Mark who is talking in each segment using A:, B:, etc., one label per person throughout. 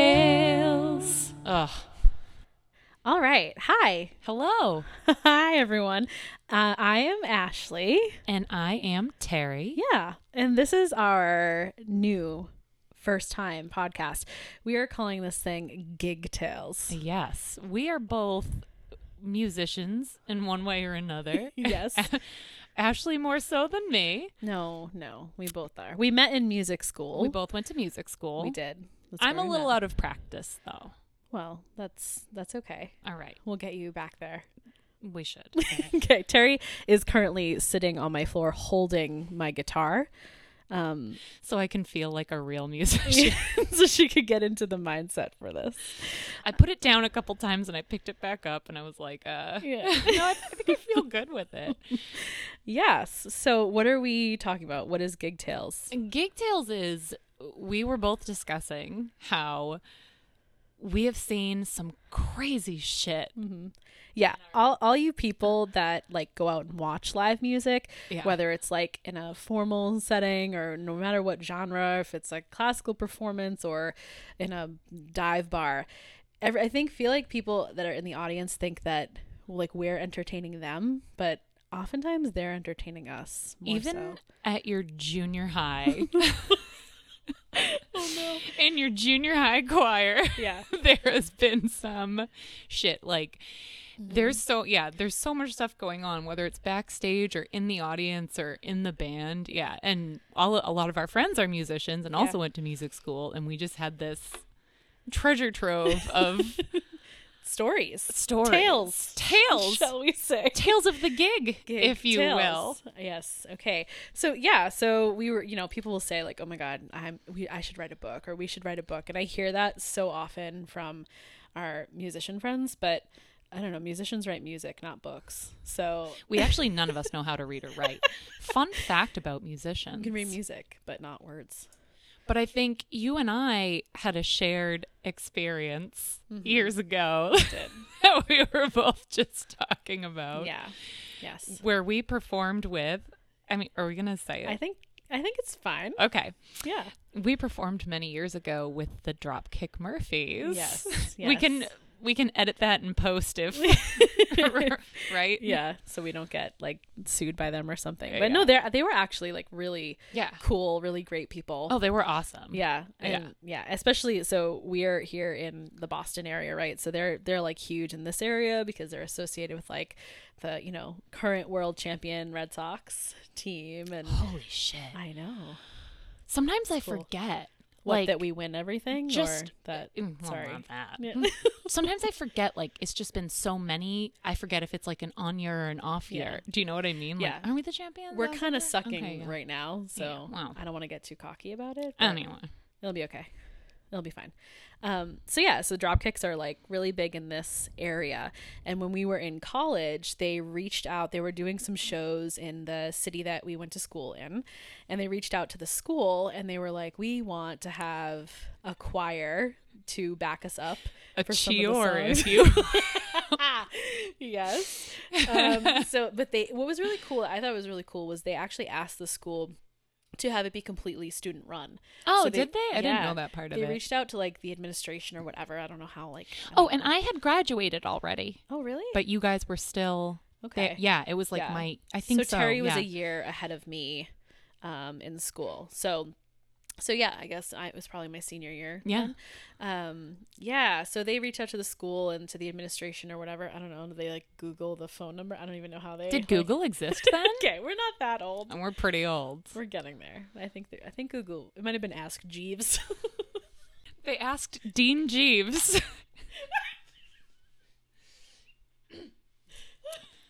A: tales.
B: Ugh.
A: All right. Hi.
B: Hello.
A: Hi, everyone. Uh, I am Ashley.
B: And I am Terry.
A: Yeah. And this is our new first time podcast. We are calling this thing Gig Tales.
B: Yes. We are both musicians in one way or another.
A: Yes.
B: Ashley more so than me.
A: No, no. We both are. We met in music school.
B: We both went to music school.
A: We did. That's
B: I'm
A: where
B: a
A: we
B: little
A: met.
B: out of practice though.
A: Well, that's that's okay.
B: All right.
A: We'll get you back there.
B: We should.
A: okay, Terry is currently sitting on my floor holding my guitar. Um,
B: so I can feel like a real musician.
A: so she could get into the mindset for this.
B: I put it down a couple times and I picked it back up and I was like, uh
A: Yeah.
B: no, I, I think I feel good with it.
A: Yes. So, what are we talking about? What is gig tales?
B: Gig Tales is we were both discussing how we have seen some crazy shit.
A: Yeah, all all you people that like go out and watch live music,
B: Yeah.
A: whether it's like in a formal setting or no matter what genre, if it's a classical performance or in a dive bar, every, I think feel like people that are in the audience think that like we're entertaining them, but oftentimes they're entertaining us. More
B: Even
A: so.
B: at your junior high. In your junior high choir,
A: Yeah.
B: there has been some shit. Like,
A: Mm-hmm.
B: there's so, yeah, there's so much stuff going on, whether it's backstage or in the audience or in the band. Yeah. And all, a lot of our friends are musicians and also went to music school. And we just had this treasure trove of
A: stories,
B: stories,
A: tales,
B: tales,
A: shall we say?
B: tales of the gig,
A: gig
B: if you
A: tales. Yes. Okay. So yeah. So we were. You know, people will say like, "Oh my God, I'm. We, I should write a book, or we should write a book." And I hear that so often from our musician friends, but I don't know. Musicians write music, not books. So
B: will. We actually none of us know how to read or write. Fun fact about
A: you
B: musicians.
A: can read music, but not words.
B: But I think you and I had a shared experience
A: Mm-hmm.
B: years ago that we were both just talking about.
A: Yeah. Yes.
B: Where we performed with I mean, are we gonna say it?
A: I think. I think it's fine.
B: okay.
A: Yeah.
B: We performed many years ago with the Dropkick Murphys.
A: Yes,
B: We can
A: yes.
B: we can edit that and post if right?
A: Yeah. So we don't get like sued by them or something.
B: Yeah,
A: But
B: Uh,
A: no,
B: yeah.
A: they are they were actually like really
B: Yeah.
A: cool, really great people.
B: Oh, they were awesome.
A: Yeah,
B: Yeah.
A: and yeah. especially so we're here in the Boston area, right? So they're they're like huge in this area because they're associated with like the you know current world champion Red Sox team, and
B: Holy shit.
A: I know
B: Sometimes I
A: Cool.
B: forget.
A: what
B: like
A: that we win everything,
B: just-
A: or that
B: Mm, well,
A: sorry,
B: not that.
A: Yeah.
B: Sometimes I forget like it's just been so many. I forget if it's like an on year or an off
A: Yeah.
B: year. Do you know what I mean? Like,
A: Yeah.
B: aren't we the champions?
A: we're
B: last
A: kind
B: year?
A: of sucking
B: Okay, yeah.
A: right now, so
B: wow.
A: I don't want to get too cocky about it. but-
B: Anyway,
A: It'll be okay. It'll be fine. Um, so yeah, so drop kicks are like really big in this area. And when we were in college, they reached out. They were doing some shows in the city that we went to school in, and they reached out to the school and they were like, "We want to have a choir to back us up
B: a
A: some of the
B: chior
A: songs."
B: if you.
A: yes. Um, so, but they what was really cool, I thought was really cool, was they actually asked the school to have it be completely student run.
B: oh,
A: So
B: did they? I didn't
A: yeah,
B: know that part of
A: they
B: it.
A: reached out to like the administration or whatever. I don't know how. Like, I
B: oh,
A: don't
B: and
A: know.
B: I had graduated already,
A: oh really?
B: but you guys were still.
A: okay,
B: there. Yeah, it was like
A: Yeah.
B: my. I think so.
A: so Terry was
B: yeah.
A: a year ahead of me um, in school. So, so yeah, I guess I, it was probably my senior year.
B: Yeah.
A: then. Um, yeah. So they reach out to the school and to the administration or whatever. I don't know. Did they like Google the phone number? I don't even know how they
B: Did
A: like-
B: Google exist then?
A: okay, we're not that old.
B: And we're pretty old.
A: We're getting there. I think. that- I think Google. It might have been Ask Jeeves.
B: They asked Dean Jeeves.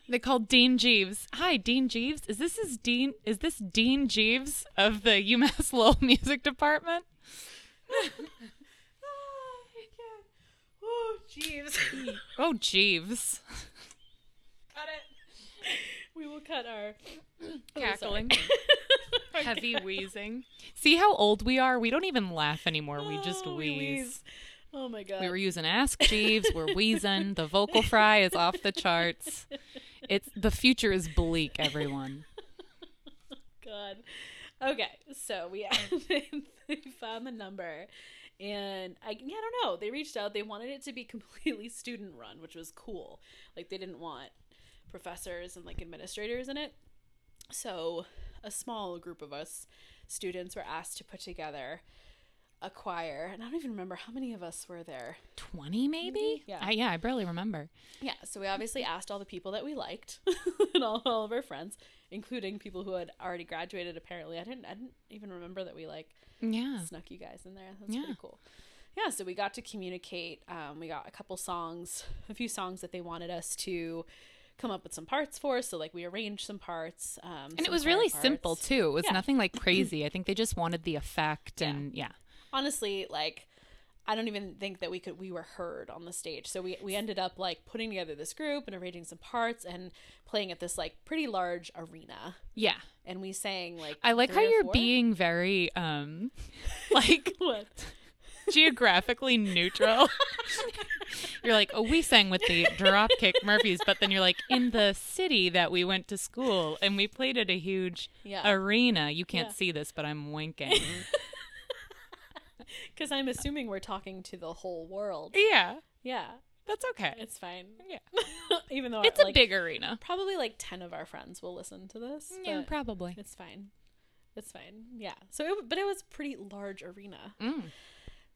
B: they called Dean Jeeves. Hi, Dean Jeeves. Is this is Dean? Is this Dean Jeeves of the UMass Lowell Music Department?
A: oh, Jeeves.
B: Oh, Jeeves.
A: Cut it. We will cut our
B: Cackling. Heavy wheezing. See how old we are? We don't even laugh anymore. We just
A: Oh,
B: wheeze.
A: Oh my god.
B: We were using Ask Jeeves. We're wheezing. The vocal fry is off the charts. It's the future is bleak, everyone.
A: god. Okay, so we, they found the number And I, yeah, I don't know. They reached out. They wanted it to be completely student run, which was cool. Like they didn't want professors and like administrators in it. So a small group of us students were asked to put together a choir, and I don't even remember how many of us were there.
B: 20 maybe?
A: Yeah.
B: I, yeah, I barely remember.
A: Yeah, so we obviously asked all the people that we liked and all, all of our friends, including people who had already graduated. Apparently, I didn't. I didn't even remember that we like
B: Yeah.
A: snuck you guys in there. That's
B: Oh. Yeah.
A: pretty cool. Yeah, so we got to communicate. Um, we got a couple songs, a few songs that they wanted us to come up with some parts for. So like we arranged some parts, um,
B: And it was really simple too. It was
A: Yeah.
B: nothing like crazy. I think they just wanted the effect
A: Yeah.
B: and yeah.
A: honestly like i don't even think that we could we were heard on the stage so we, we ended up like putting together this group and arranging some parts and playing at this like pretty large arena
B: Yeah.
A: and we sang like
B: I like how
A: three or
B: you're
A: four?
B: being very um like
A: what
B: geographically neutral. you're like, oh, we sang with the Dropkick Murphys, but then you're like, in the city that we went to school and we played at a huge
A: Yeah.
B: arena. You can't
A: Yeah.
B: see this, but I'm winking.
A: because i'm assuming we're talking to the whole world
B: yeah,
A: yeah
B: that's okay.
A: it's fine
B: Yeah,
A: even though
B: it's
A: I,
B: a
A: like,
B: big arena.
A: probably like 10 of our friends will listen to this
B: Yeah,
A: but
B: probably.
A: it's fine it's fine yeah so it, but it was a pretty large arena
B: Mm.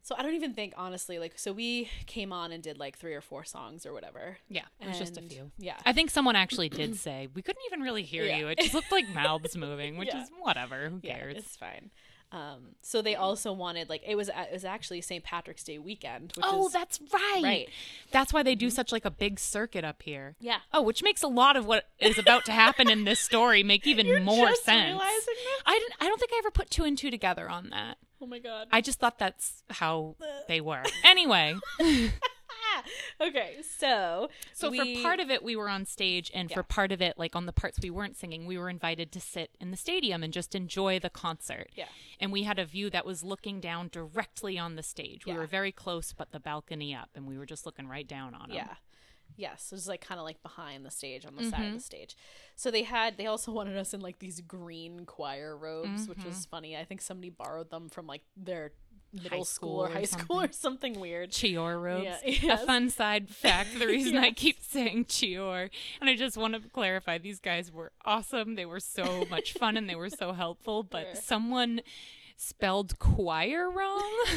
A: So I don't even think honestly, like so we came on and did like three or four songs or whatever.
B: Yeah, it was just a
A: And-
B: few.
A: Yeah.
B: I think someone actually did say we couldn't even really hear
A: Yeah.
B: you. It just looked like mouths moving, which
A: Yeah.
B: is whatever. Who
A: yeah,
B: cares?
A: it's fine. Um, so they also wanted like it was it was actually St. Patrick's Day weekend, which
B: oh,
A: is
B: that's right.
A: Right. Mm-hmm.
B: That's why they do such like a big circuit up here.
A: yeah.
B: Oh, which makes a lot of what is about to happen in this story make even
A: You're
B: more
A: just
B: sense.
A: realizing that?
B: I didn't. I don't think I ever put two and two together on that.
A: Oh my god.
B: I just thought that's how they were. Anyway,
A: okay, so
B: so
A: we-
B: for part of it we were on stage, and
A: Yeah.
B: for part of it, like on the parts we weren't singing, we were invited to sit in the stadium and just enjoy the concert.
A: Yeah.
B: And we had a view that was looking down directly on the stage. We
A: Yeah.
B: were very close, but the balcony up, and we were just looking right down on them.
A: Yeah. Yes, so it's like kind of like behind the stage on the side of
B: Mm-hmm.
A: the stage. So they had they also wanted us in like these green choir robes, which was
B: Mm-hmm.
A: funny. I think somebody borrowed them from like their middle
B: school
A: school or
B: or
A: high school or something weird.
B: Chior robes.
A: Yeah, yes.
B: A fun side fact. The reason I keep saying Chior, and I just want to clarify, these guys were awesome. They were so much fun and they were so helpful, but
A: Sure.
B: someone spelled choir wrong.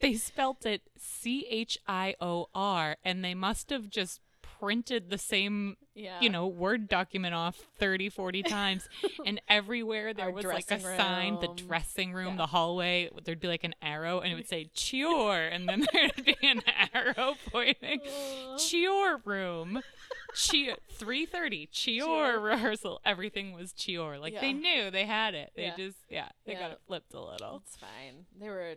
B: they spelt it C H I O R, and they must have just printed the same
A: Yeah.
B: you know word document off 30 40 times and everywhere there
A: Our
B: was like a
A: dressing
B: sign the
A: room.
B: dressing room
A: Yeah.
B: the hallway there'd be like an arrow and it would say chior and then there'd be an arrow pointing chior room Chi- 3.30 chior
A: Chior.
B: rehearsal everything was chior like
A: Yeah.
B: they knew they had it they
A: Yeah.
B: just yeah they
A: Yeah.
B: got it flipped a little
A: It's fine. They were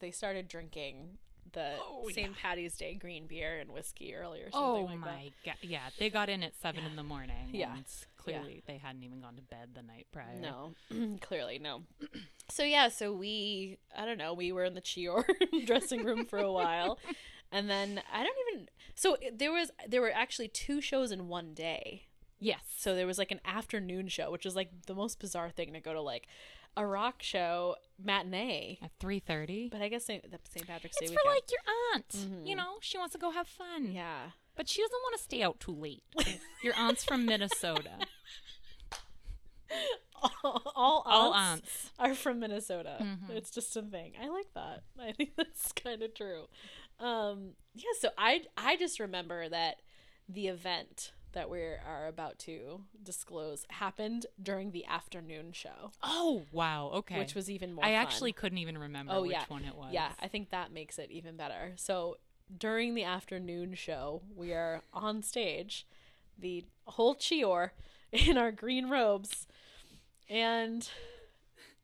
A: they started drinking the
B: Oh,
A: St. Patty's Day green beer and whiskey earlier. Something
B: Oh
A: like
B: my
A: That.
B: god! Yeah, they got in at seven in the morning.
A: Yeah.
B: and clearly they hadn't even gone to bed the night prior.
A: No, clearly no. So yeah, so we I don't know we were in the Chior dressing room for a while, and then I don't even so it- there was there were actually two shows in one day.
B: Yes.
A: So there was like an afternoon show, which is like the most bizarre thing to go to like a rock show matinee.
B: At three thirty.
A: But I guess St. the St. Patrick's Day
B: It's
A: weekend.
B: for like your aunt. You know, she wants to go have fun.
A: yeah.
B: But she doesn't want to stay out too late. your aunt's from Minnesota.
A: all, all aunts
B: All aunts.
A: are from Minnesota.
B: Mm-hmm.
A: It's just a thing. I like that. I think that's kind of true. Um, yeah. So I I just remember that the event that we are about to disclose happened during the afternoon show,
B: Oh wow. Okay.
A: which was even more.
B: I
A: fun.
B: actually couldn't even remember
A: Oh
B: which
A: yeah.
B: one it was.
A: Yeah, I think that makes it even better. So during the afternoon show, we are on stage, the whole Chior in our green robes, and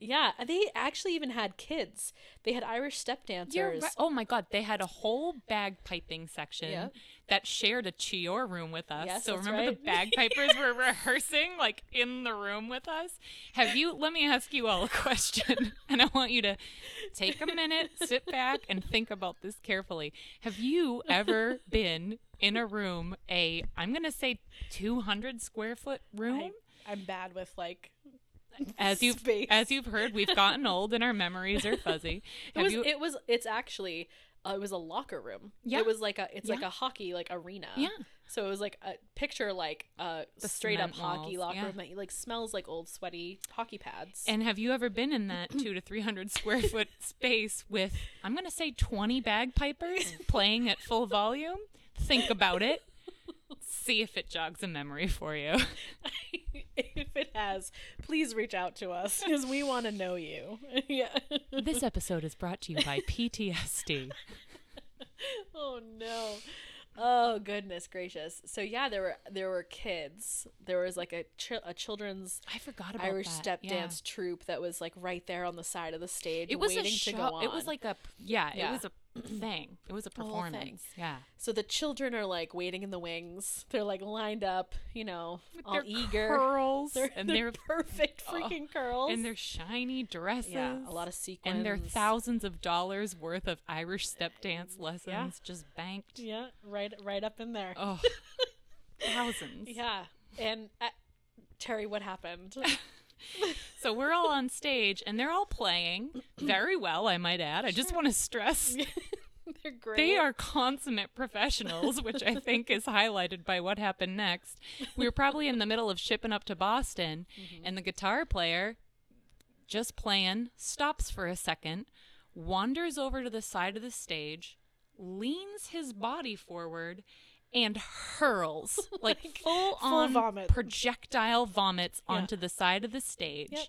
A: yeah, they actually even had kids. They had Irish step
B: You're
A: dancers.
B: right. Oh my God! They had a whole bagpiping section
A: Yeah.
B: that shared a Chior room with us.
A: Yes,
B: so
A: that's
B: remember the
A: right.
B: bagpipers were rehearsing like in the room with us. Have you? Let me ask you all a question, and I want you to take a minute, sit back, and think about this carefully. Have you ever been in a room a I'm gonna say 200 square foot room?
A: I, am bad with like
B: as you've
A: Space.
B: as you've heard, we've gotten old and our memories are fuzzy.
A: It
B: Have
A: was.
B: you?
A: It was. It's actually. Uh, it was a locker room.
B: Yeah.
A: It was like a. It's like
B: Yeah.
A: a hockey like arena.
B: yeah,
A: So it was like a picture like a
B: The
A: straight up
B: cement
A: hockey
B: walls,
A: locker
B: yeah.
A: room that like smells like old sweaty hockey pads.
B: and have you ever been in that two to three hundred square foot space with I'm going to say twenty bagpipers playing at full volume? Think about it. See if it jogs a memory for you.
A: if it has, please reach out to us because we want to know you. yeah.
B: This episode is brought to you by PTSD.
A: oh no. Oh goodness gracious. So yeah, there were there were kids. There was like a chil- a children's
B: I forgot about
A: Irish
B: that.
A: step
B: Yeah.
A: dance troupe that was like right there on the side of the stage.
B: It was
A: waiting
B: a
A: to go
B: show.
A: on.
B: It was like a yeah. It
A: Yeah.
B: was a thing. It was a
A: whole thing.
B: performance. Yeah.
A: so the children are like waiting in the wings. They're like lined up, you know, all
B: their
A: eager.
B: curls
A: They're,
B: and
A: their
B: their Oh,
A: perfect freaking curls.
B: and their shiny dresses.
A: yeah, a lot of sequins.
B: and their thousands of dollars worth of Irish step dance lessons just banked.
A: Yeah, right, right up in there.
B: Oh, thousands.
A: Yeah, and uh, Terry, what happened?
B: So we're all on stage and they're all playing very well, I might add. I just want to stress
A: They're great.
B: They are consummate professionals, which I think is highlighted by what happened next. We were probably in the middle of shipping up to Boston,
A: Mm-hmm.
B: and the guitar player, just playing, stops for a second, wanders over to the side of the stage, leans his body forward, and hurls like, full on
A: vomit.
B: projectile vomits onto the side of the stage
A: Yep.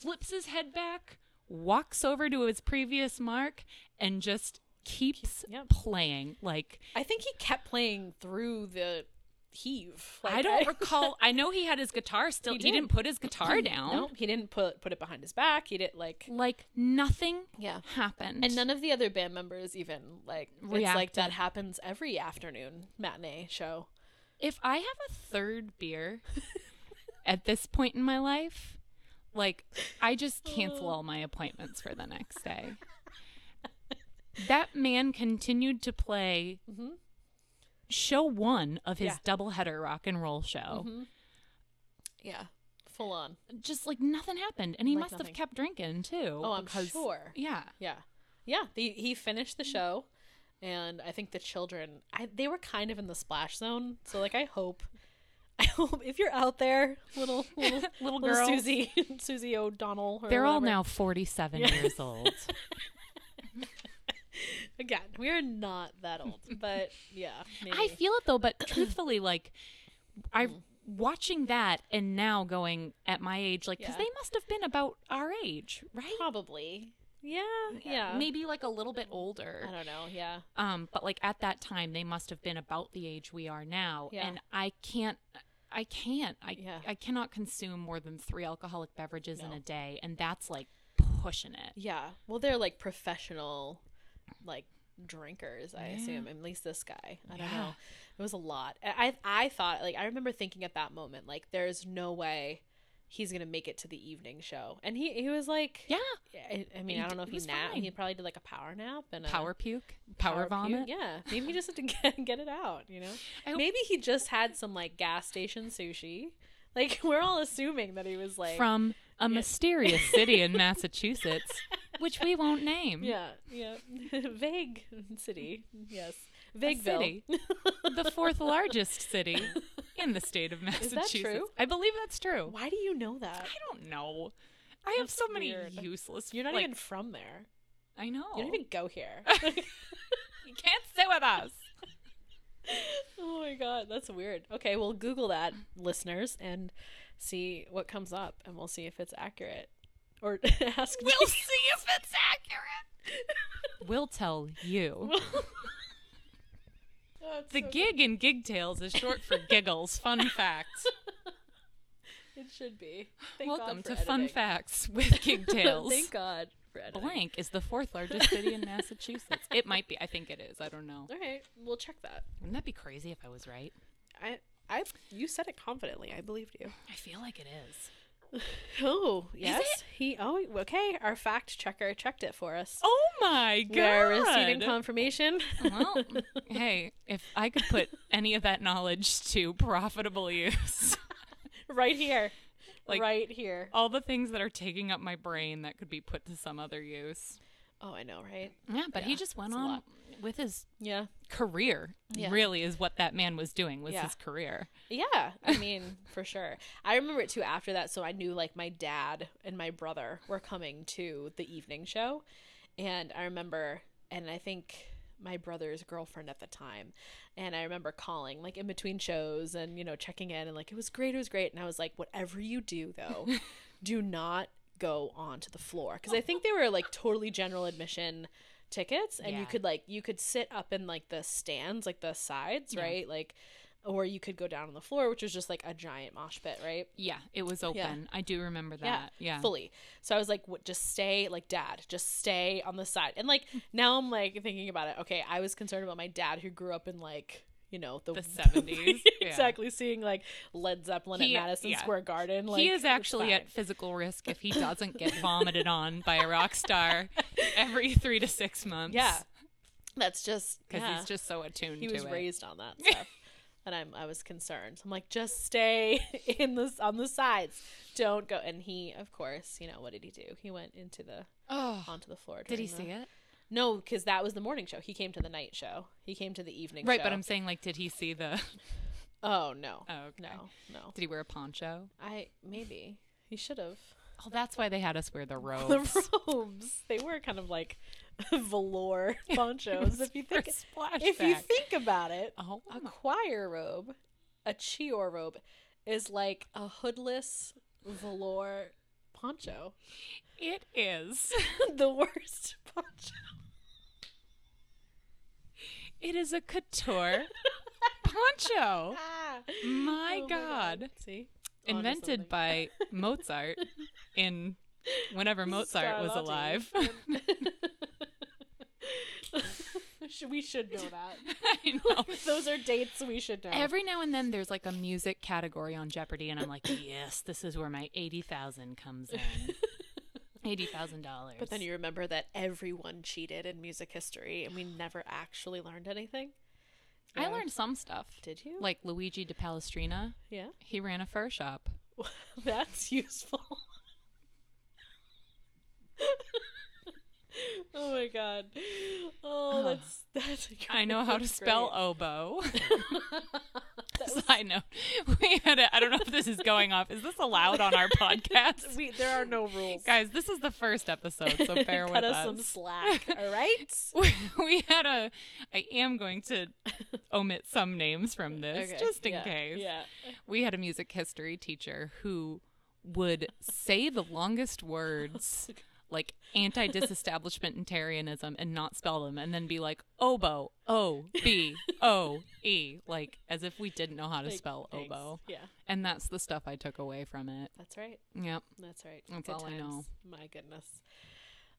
B: flips his head back, walks over to his previous mark, and just keeps
A: Yep.
B: playing. Like,
A: I think he kept playing through the heave. Like,
B: I don't recall. I know he had his guitar still. He,
A: did.
B: didn't put his guitar down.
A: No, he didn't put put it behind his back. He didn't like.
B: Like nothing
A: Yeah.
B: happened.
A: And none of the other band members even like. It's like
B: Reacted.
A: that happens every afternoon matinee show.
B: if I have a third beer at this point in my life, like I just cancel
A: Oh.
B: all my appointments for the next day. That man continued to play show one of his
A: Mm-hmm. Yeah.
B: doubleheader rock and roll show.
A: Yeah, full on.
B: Just like nothing happened, and he
A: Like
B: must
A: nothing.
B: have kept drinking too.
A: Oh, I'm
B: because-
A: sure.
B: Yeah,
A: Yeah, yeah. The, he finished the show, and I think the children I, they were kind of in the splash zone. So like, I hope, I hope if you're out there, little little,
B: Little
A: girl
B: girls.
A: Susie Susie O'Donnell. or
B: they're all
A: whatever.
B: now forty-seven years old.
A: Again, we're not that old, but yeah, maybe. Mm.
B: I feel it though, but truthfully, like I watching that and now going at my age, like because
A: Yeah.
B: they must have been about our age, right?
A: probably. Yeah, yeah.
B: Maybe like a little bit
A: I
B: older.
A: don't know. Yeah,
B: Um, but like at that time, they must have been about the age we are now,
A: Yeah.
B: and I can't. I can't. I
A: Yeah.
B: I cannot consume more than three alcoholic beverages in
A: No.
B: a day, and that's like pushing it.
A: yeah. Well, they're like professional, like drinkers. I assume at least this guy. I don't know.
B: Yeah.
A: It was a lot. I I I thought like I remember thinking at that moment like there's no way he's gonna make it to the evening show, and he he was like
B: Yeah,
A: I, I mean,
B: He
A: I
B: d-
A: don't know if
B: he
A: he
B: was
A: napped.
B: fine.
A: He probably did like a power nap and a
B: power puke, power,
A: puke.
B: vomit.
A: Yeah, maybe he just had to get, get it out. You know,
B: I hope-
A: maybe he just had some like gas station sushi. Like we're all assuming that he was like
B: from a mysterious city in Massachusetts, which we won't name.
A: Yeah, yeah. Vague city. Yes.
B: A
A: Vagueville.
B: city, the fourth largest city in the state of
A: that
B: Massachusetts.
A: true?
B: I believe that's true.
A: Why do you know that?
B: I don't know. I have
A: That's
B: so many
A: weird.
B: useless.
A: You're not
B: like-
A: even from there.
B: I know.
A: You don't even go here.
B: You can't sit with us.
A: oh my god, that's weird. Okay, well Google that, listeners, and see what comes up and we'll see if it's accurate. Or ask
B: We'll see if it's accurate. We'll tell you.
A: That's
B: The
A: so-
B: gig in Gig Tales is short for giggles. Fun facts.
A: It should be. Thank God
B: Welcome
A: for
B: to Fun
A: editing.
B: Facts with Gig Tales.
A: Thank God for editing.
B: Blank is the fourth largest city in Massachusetts. It might be. I think it is. I don't know.
A: All right, we'll check that.
B: Wouldn't that be crazy if I was right?
A: I I you said it confidently. I believed you.
B: I feel like it is.
A: Oh, yes. He oh okay, our fact checker checked it for us.
B: Oh my god!
A: We're receiving confirmation.
B: well, hey, if I could put any of that knowledge to profitable use,
A: right here.
B: Like oh.
A: right here.
B: all the things that are taking up my brain that could be put to some other use.
A: Oh, I know, right?
B: Yeah, but he
A: Yeah,
B: just went
A: it's a
B: on
A: lot.
B: with his
A: Yeah.
B: career.
A: Yeah.
B: Really is what that man was doing was
A: Yeah.
B: his career.
A: Yeah, I mean, for sure. I remember it too after that, so I knew like my dad and my brother were coming to the evening show. And I remember, and I think my brother's girlfriend at the time, and I remember calling like in between shows and, you know, checking in and like, it was great, it was great. And I was like, whatever you do though, do not go onto the floor. Cause I think they were like totally general admission tickets and you
B: Yeah.
A: could like, you could sit up in like the stands, like the sides, right? Like, or you could go down on the floor, which was just like a giant mosh pit, right?
B: Yeah, it was open. I do remember that. Yeah.
A: fully. So I was like, what, just stay, like, dad, just stay on the side. And like, now I'm like thinking about it. Okay, I was concerned about my dad who grew up in like, you know, the,
B: The 70s. Yeah.
A: exactly, seeing like Led Zeppelin
B: He-
A: at Madison
B: yeah.
A: Square Garden. Like,
B: he is
A: it's
B: actually
A: fine.
B: at physical risk if he doesn't get vomited on by a rock star every three to six months.
A: Yeah. That's just
B: Because
A: yeah.
B: he's just so attuned
A: he
B: to
A: was
B: it.
A: raised on that stuff. and I'm I was concerned. I'm like, just stay in this on the sides. Don't go and he, of course, you know, what did he do? He went into the
B: oh,
A: onto the floor.
B: did he
A: during the-
B: see it?
A: No, because that was the morning show. He came to the night show. He came to the evening
B: Right,
A: show.
B: but I'm saying, like, did he see the.
A: Oh no.
B: Oh, okay.
A: No, no.
B: Did he wear a poncho?
A: I maybe he should have
B: Oh, that's why they had us wear the robes.
A: the robes. They were kind of like velour ponchos. if you think
B: splash
A: if you think about it,
B: Oh,
A: a
B: my-
A: choir robe, a chior robe, is like a hoodless velour poncho.
B: it is.
A: the worst poncho.
B: It is a couture poncho.
A: Ah.
B: My
A: Oh
B: God.
A: See. Onto
B: Invented
A: something.
B: by Mozart in whenever Mozart was alive.
A: Stradivari. Should- we should know that.
B: I know.
A: Those are dates we should know.
B: Every now and then there's like a music category on Jeopardy, and I'm like, yes, this is where my 80000 comes in. $80,000.
A: but then you remember that everyone cheated in music history and we never actually learned anything.
B: I
A: Yeah.
B: learned some stuff.
A: Did you?
B: Like Luigi de Palestrina,
A: yeah.
B: he ran a fur shop.
A: That's useful. oh my god. Oh, that's that's
B: I know how to
A: that's
B: spell
A: great.
B: oboe. I know. We had a, I don't know if this is going off. Is this allowed on our podcast?
A: We, there are no rules.
B: Guys, this is the first episode, so bear
A: Cut
B: with
A: us
B: us.
A: some slack, all right?
B: we had a I am going to omit some names from this
A: Okay,
B: just in
A: yeah,
B: case.
A: Yeah.
B: We had a music history teacher who would say the longest words like anti disestablishmentarianism and not spell them and then be like oboe, O B O E, like as if we didn't know how to
A: Like,
B: spell
A: thanks.
B: oboe.
A: Yeah,
B: And that's the stuff I took away from it.
A: that's right.
B: Yep.
A: That's right.
B: That's all I know.
A: My goodness.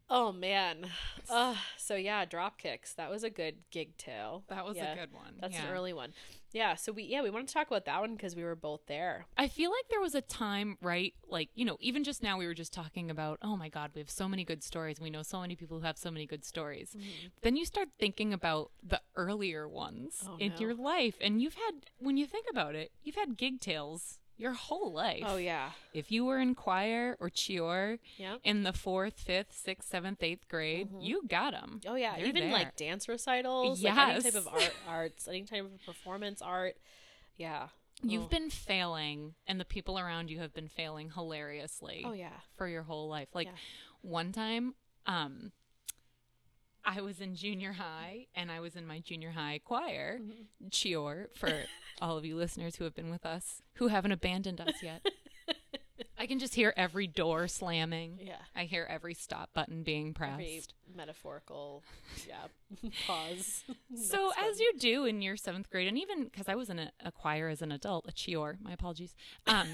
A: Oh man. Uh, so yeah, drop kicks. That was a good gig tale.
B: That was
A: Yeah.
B: a good one.
A: That's
B: yeah.
A: an early one. Yeah. So we yeah we want to talk about that one because we were both there.
B: I feel like there was a time, right? Like, you know, even just now we were just talking about, oh my God, we have so many good stories. We know so many people who have so many good stories.
A: Mm-hmm.
B: Then you start thinking about the earlier ones
A: Oh,
B: in
A: no.
B: your life. And you've had, when you think about it, you've had gig tales your whole life.
A: Oh yeah.
B: If you were in choir or chior
A: Yeah.
B: in the fourth, fifth, sixth, seventh, eighth grade,
A: Mm-hmm.
B: you got them.
A: Oh yeah.
B: They're
A: Even
B: there.
A: like dance recitals. Like any type
B: Yes.
A: of art, arts, any type of performance art. Yeah.
B: You've
A: Oh.
B: been failing, and the people around you have been failing hilariously.
A: Oh yeah.
B: for your whole life. Like
A: Yeah.
B: one time, um, I was in junior high and I was in my junior high choir, Chior, for all of you listeners who have been with us, who haven't abandoned us yet. I can just hear every door slamming.
A: Yeah.
B: I hear every stop button being pressed.
A: Very metaphorical. Yeah. Pause.
B: So as you do in your seventh grade, and even because I was in a, a choir as an adult, a chior, my apologies, um,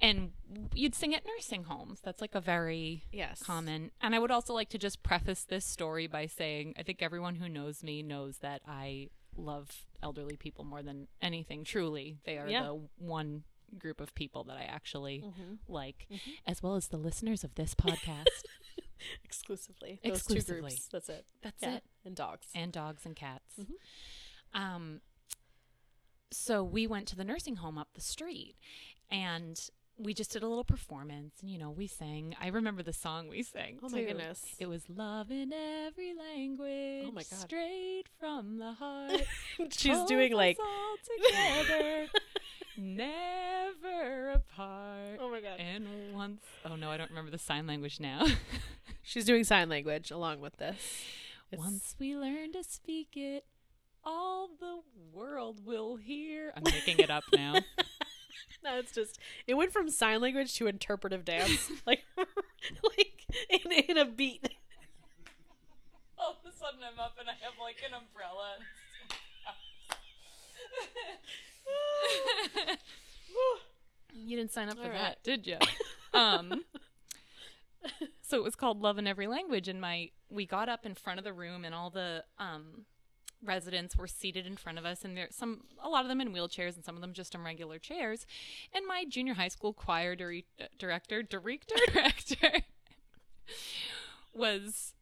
B: and you'd sing at nursing homes. That's like a very
A: Yes.
B: common. And I would also like to just preface this story by saying I think everyone who knows me knows that I love elderly people more than anything. Truly, they are
A: Yeah. Mm-hmm.
B: the one group of people that I actually like, as well as the listeners of this podcast
A: exclusively those
B: Exclusively.
A: two groups. That's it. Mm-hmm.
B: That's it.
A: And dogs.
B: and dogs and cats. Um, so we went to the nursing home up the street, and we just did a little performance and you know we sang i remember the song we sang
A: Oh my
B: too.
A: goodness.
B: it was love in every language
A: Oh my God.
B: straight from the heart
A: She's
B: Hold
A: doing
B: us
A: like
B: all together never apart
A: Oh my God.
B: and once oh no i don't remember the sign language now
A: she's doing sign language along with this. It's-
B: once we learn to speak it all the world will hear i'm making it up now
A: No, it's just it went from sign language to interpretive dance, like like in, in a beat.
B: all of a sudden i'm up and i have like an umbrella you didn't sign up for
A: All right.
B: that did you um so it was called love in every language and my we got up in front of the room and all the um residents were seated in front of us and there some a lot of them in wheelchairs and some of them just in regular chairs and my junior high school choir dire- director director director was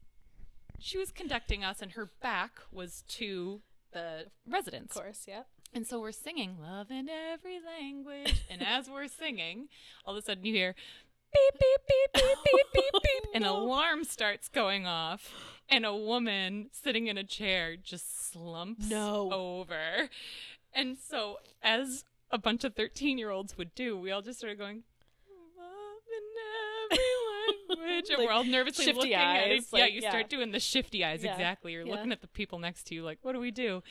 B: she was conducting us and her back was to the residents
A: course, yeah.
B: and so we're singing love in every language. And as we're singing, all of a sudden you hear beep, beep, beep, beep, beep, beep, beep. An
A: Oh,
B: alarm starts going off. And a woman sitting in a chair just slumps
A: No.
B: over. And so, as a bunch of 13 year olds would do, we all just started going, Love in every language. And
A: Like,
B: we're all nervously
A: shifty
B: looking at it.
A: eyes, like,
B: yeah, you
A: yeah.
B: start doing the shifty eyes.
A: Yeah.
B: Exactly. You're
A: Yeah.
B: looking at the people next to you, like, what do we do?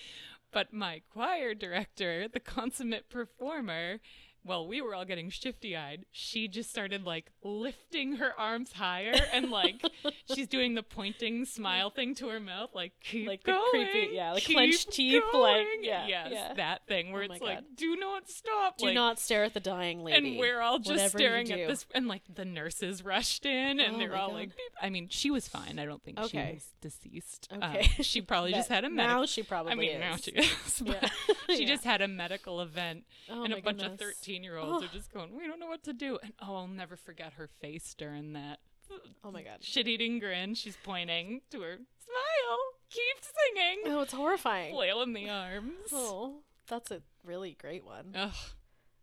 B: But my choir director, the consummate performer, well, we were all getting shifty eyed. She just started like lifting her arms higher and like she's doing the pointing smile thing to her mouth, like keep
A: Like the
B: going,
A: creepy- yeah, like
B: keep
A: clenched teeth, like,
B: going."
A: yeah,
B: yes,
A: yeah.
B: that thing where
A: Oh my
B: it's like,
A: God.
B: do not stop,
A: Do
B: like,
A: not stare at the dying lady.
B: and we're all just
A: whatever you
B: staring
A: do.
B: at this, and like the nurses rushed in, and
A: Oh
B: they're
A: my
B: all
A: God.
B: like, Beep. I mean, she was fine. I don't think
A: Okay.
B: she was deceased.
A: Okay.
B: Um, she probably just
A: That-
B: had a
A: now
B: medical.
A: she probably
B: I mean,
A: is.
B: now she is. but
A: Yeah.
B: she
A: Yeah.
B: just had a medical event,
A: Oh
B: and
A: my
B: a bunch of
A: goodness.
B: thirteen-year-olds are just going, "We don't know what to do." And oh, I'll never forget her face during that
A: Oh my god.
B: shit-eating grin. She's pointing to her smile. Keep singing.
A: Oh, it's horrifying.
B: Flail in the arms.
A: Oh, that's a really great one.
B: Ugh,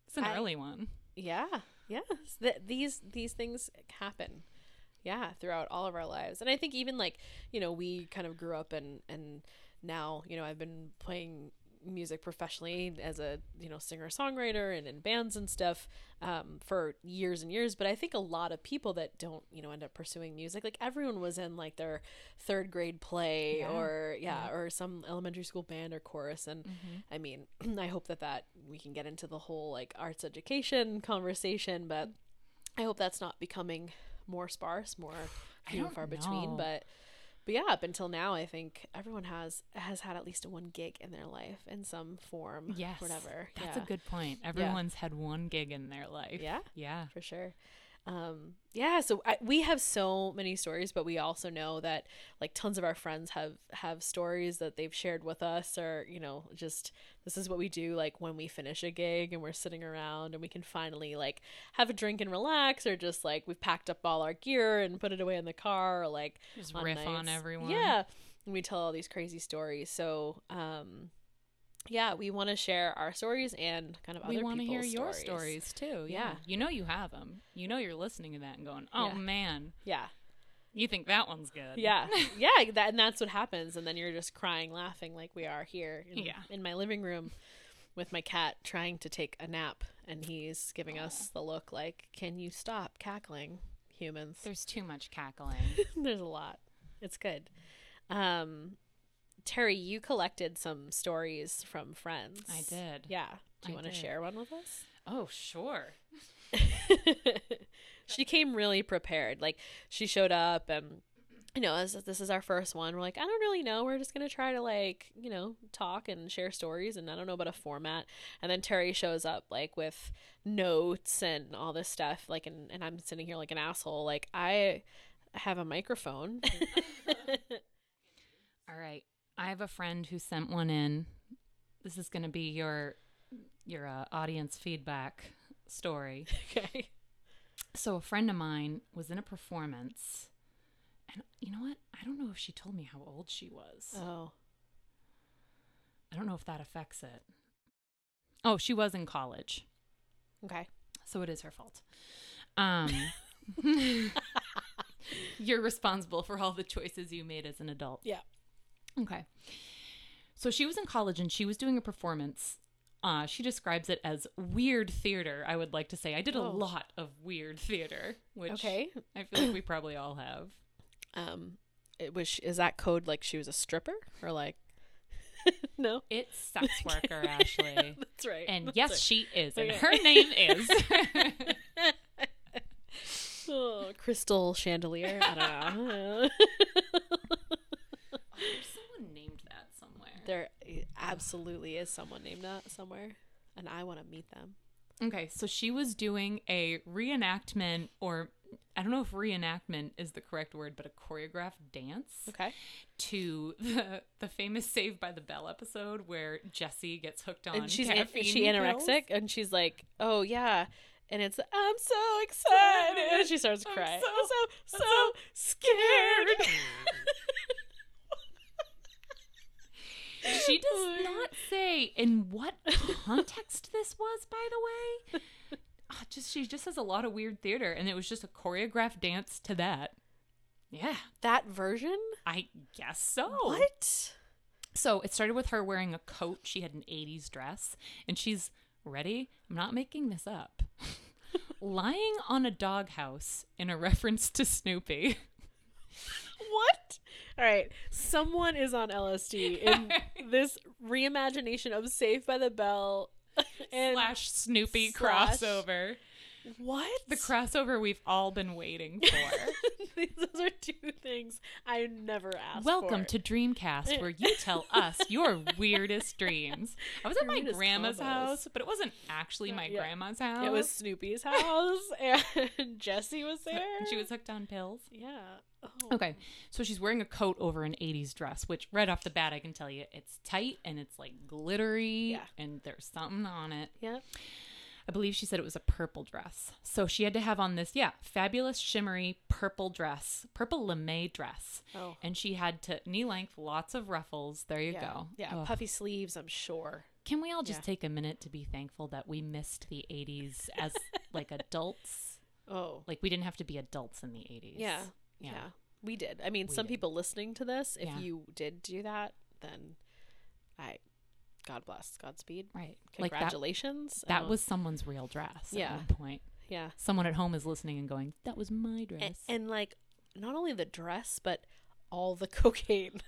B: it's an
A: I-
B: early one.
A: Yeah. Yes. Th- these these things happen. Yeah, throughout all of our lives. And I think even like, you know, we kind of grew up and and now, you know, I've been playing music professionally as a, you know, singer-songwriter and in bands and stuff um for years and years, but I think a lot of people that don't, you know, end up pursuing music, like everyone was in like their third grade play
B: Yeah.
A: or yeah, or some elementary school band or chorus and I mean, I hope that that we can get into the whole like arts education conversation, but I hope that's not becoming more sparse, more few and
B: don't
A: far between.
B: know.
A: But but yeah, up until now, I think everyone has has had at least one gig in their life in some form.
B: Yes.
A: whatever.
B: That's
A: yeah,
B: a good point. Everyone's had one gig in their life.
A: Yeah?
B: Yeah.
A: for sure. Um, yeah, so I, we have so many stories, but we also know that like tons of our friends have have stories that they've shared with us, or you know, just this is what we do like when we finish a gig and we're sitting around and we can finally like have a drink and relax, or just like we've packed up all our gear and put it away in the car, or like
B: Just riff on
A: nights.
B: everyone.
A: Yeah, and we tell all these crazy stories. So, um, yeah, we want to share our stories and kind of
B: We
A: other
B: want to hear
A: people's
B: your
A: stories.
B: stories too.
A: Yeah.
B: You know you have them. You know you're listening to that and going, oh
A: Yeah.
B: man,
A: Yeah.
B: you think that one's good.
A: Yeah, yeah, that, and that's what happens, and then you're just crying, laughing like we are here, in,
B: Yeah.
A: in my living room with my cat trying to take a nap, and he's giving us the look like, "Can you stop cackling, humans?"
B: There's too much cackling.
A: There's a lot. It's good. Um, Terry, you collected some stories from friends.
B: I did.
A: Yeah. Do you
B: I
A: want to
B: did.
A: share one with us?
B: oh, sure.
A: she came really prepared. Like she showed up and you know, this, this is our first one. We're like, I don't really know. We're just gonna try to like, you know, talk and share stories, and I don't know about a format. And then Terry shows up like with notes and all this stuff. Like, and, and I'm sitting here like an asshole. Like, I have a microphone.
B: All right. I have a friend who sent one in. This is going to be your your uh, audience feedback story.
A: okay.
B: So a friend of mine was in a performance, and you know what? I don't know if she told me how old she was.
A: Oh,
B: I don't know if that affects it. Oh, she was in college.
A: okay.
B: So it is her fault. Um, you're responsible for all the choices you made as an adult.
A: Yeah.
B: Okay. So she was in college and she was doing a performance. Uh, she describes it as weird theater, I would like to say. I did a
A: Oh.
B: lot of weird theater, which
A: Okay.
B: I feel like we probably all have.
A: Um, it was is that code like she was a stripper or like no?
B: It's sex worker, Ashley.
A: That's right.
B: And
A: That's
B: yes, she is. And
A: Okay.
B: her name is.
A: right. Oh, crystal chandelier. I don't know.
B: There's someone named that somewhere.
A: there absolutely is someone named that somewhere, and I want to meet them.
B: Okay, so she was doing a reenactment, or I don't know if reenactment is the correct word, but a choreographed dance
A: Okay.
B: to the, the famous Save by the Bell episode where Jesse gets hooked on.
A: And she's an-
B: caffeine
A: is she
B: pills.
A: anorexic, and she's like, oh yeah. And it's I'm so excited. And she starts
B: I'm
A: crying.
B: so-
A: I'm so so scared.
B: She does not say in what context this was, by the way. Ah, just she just has a lot of weird theater, and it was just a choreographed dance to that. Yeah,
A: that version?
B: I guess so.
A: What?
B: So it started with her wearing a coat. She had an 80s dress, and she's ready. I'm not making this up. Lying on a doghouse in a reference to Snoopy.
A: What? All right. Someone is on LSD in this reimagination of Saved by the Bell. And
B: slash Snoopy
A: slash-
B: crossover.
A: what?
B: The crossover we've all been waiting for.
A: Those are two things I never asked.
B: Welcome
A: for.
B: to Dreamcast, where you tell us your weirdest dreams. I was at my
A: Weirdest
B: grandma's
A: combos.
B: house, but it wasn't actually my
A: yeah.
B: grandma's house.
A: It was Snoopy's house, and Jesse was there.
B: And she was hooked on pills.
A: Yeah. Oh.
B: Okay. So she's wearing a coat over an 80s dress, which right off the bat, I can tell you it's tight and it's like glittery
A: Yeah.
B: and there's something on it.
A: Yeah.
B: I believe she said it was a purple dress. So she had to have on this, yeah, fabulous shimmery purple dress, purple lame dress.
A: Oh.
B: And she had to knee length, lots of ruffles. There you
A: Yeah. Oh.
B: go.
A: Yeah.
B: Ugh.
A: Puffy sleeves. I'm sure.
B: Can we all just
A: Yeah.
B: take a minute to be thankful that we missed the 80s as like adults?
A: Oh.
B: Like we didn't have to be adults in the 80s.
A: Yeah. Yeah.
B: Yeah.
A: We did. I mean,
B: We
A: some
B: did.
A: people listening to this, if
B: Yeah.
A: you did do that, then I, God bless, Godspeed,
B: Right. Like that
A: congratulations. I
B: That
A: don't-
B: was someone's real dress
A: Yeah.
B: at one point.
A: yeah.
B: Someone at home is listening and going, "That was my
A: A-
B: dress."
A: And, like, not only the dress, but all the cocaine.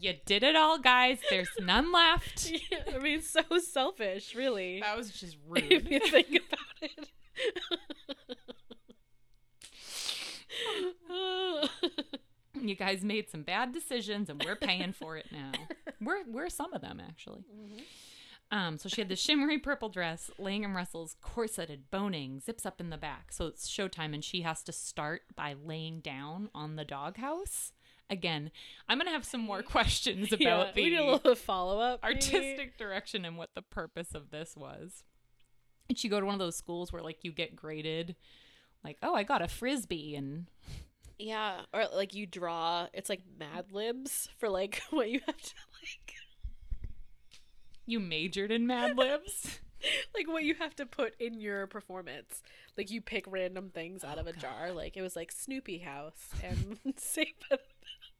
B: you did it all, guys. There's none left.
A: I mean, so selfish, really.
B: That was just
A: If you think about it.
B: you guys made some bad decisions, and we're paying for it now. We're we're some of them actually. Um, so she had the shimmery purple dress. Langham Russell's corseted boning zips up in the back. So it's showtime, and she has to start by laying down on the doghouse. Again, I'm gonna have some more questions about
A: yeah,
B: the
A: we need a little follow up.
B: artistic direction and what the purpose of this was. Did she go to one of those schools where like you get graded? Like, oh, I got a frisbee, and
A: Yeah, or like you draw. It's like Mad Libs for like what you have to like,
B: you majored in Mad Libs.
A: like what you have to put in your performance. Like you pick random things out of a jar. Like it was like Snoopy House and Saved by the Bell.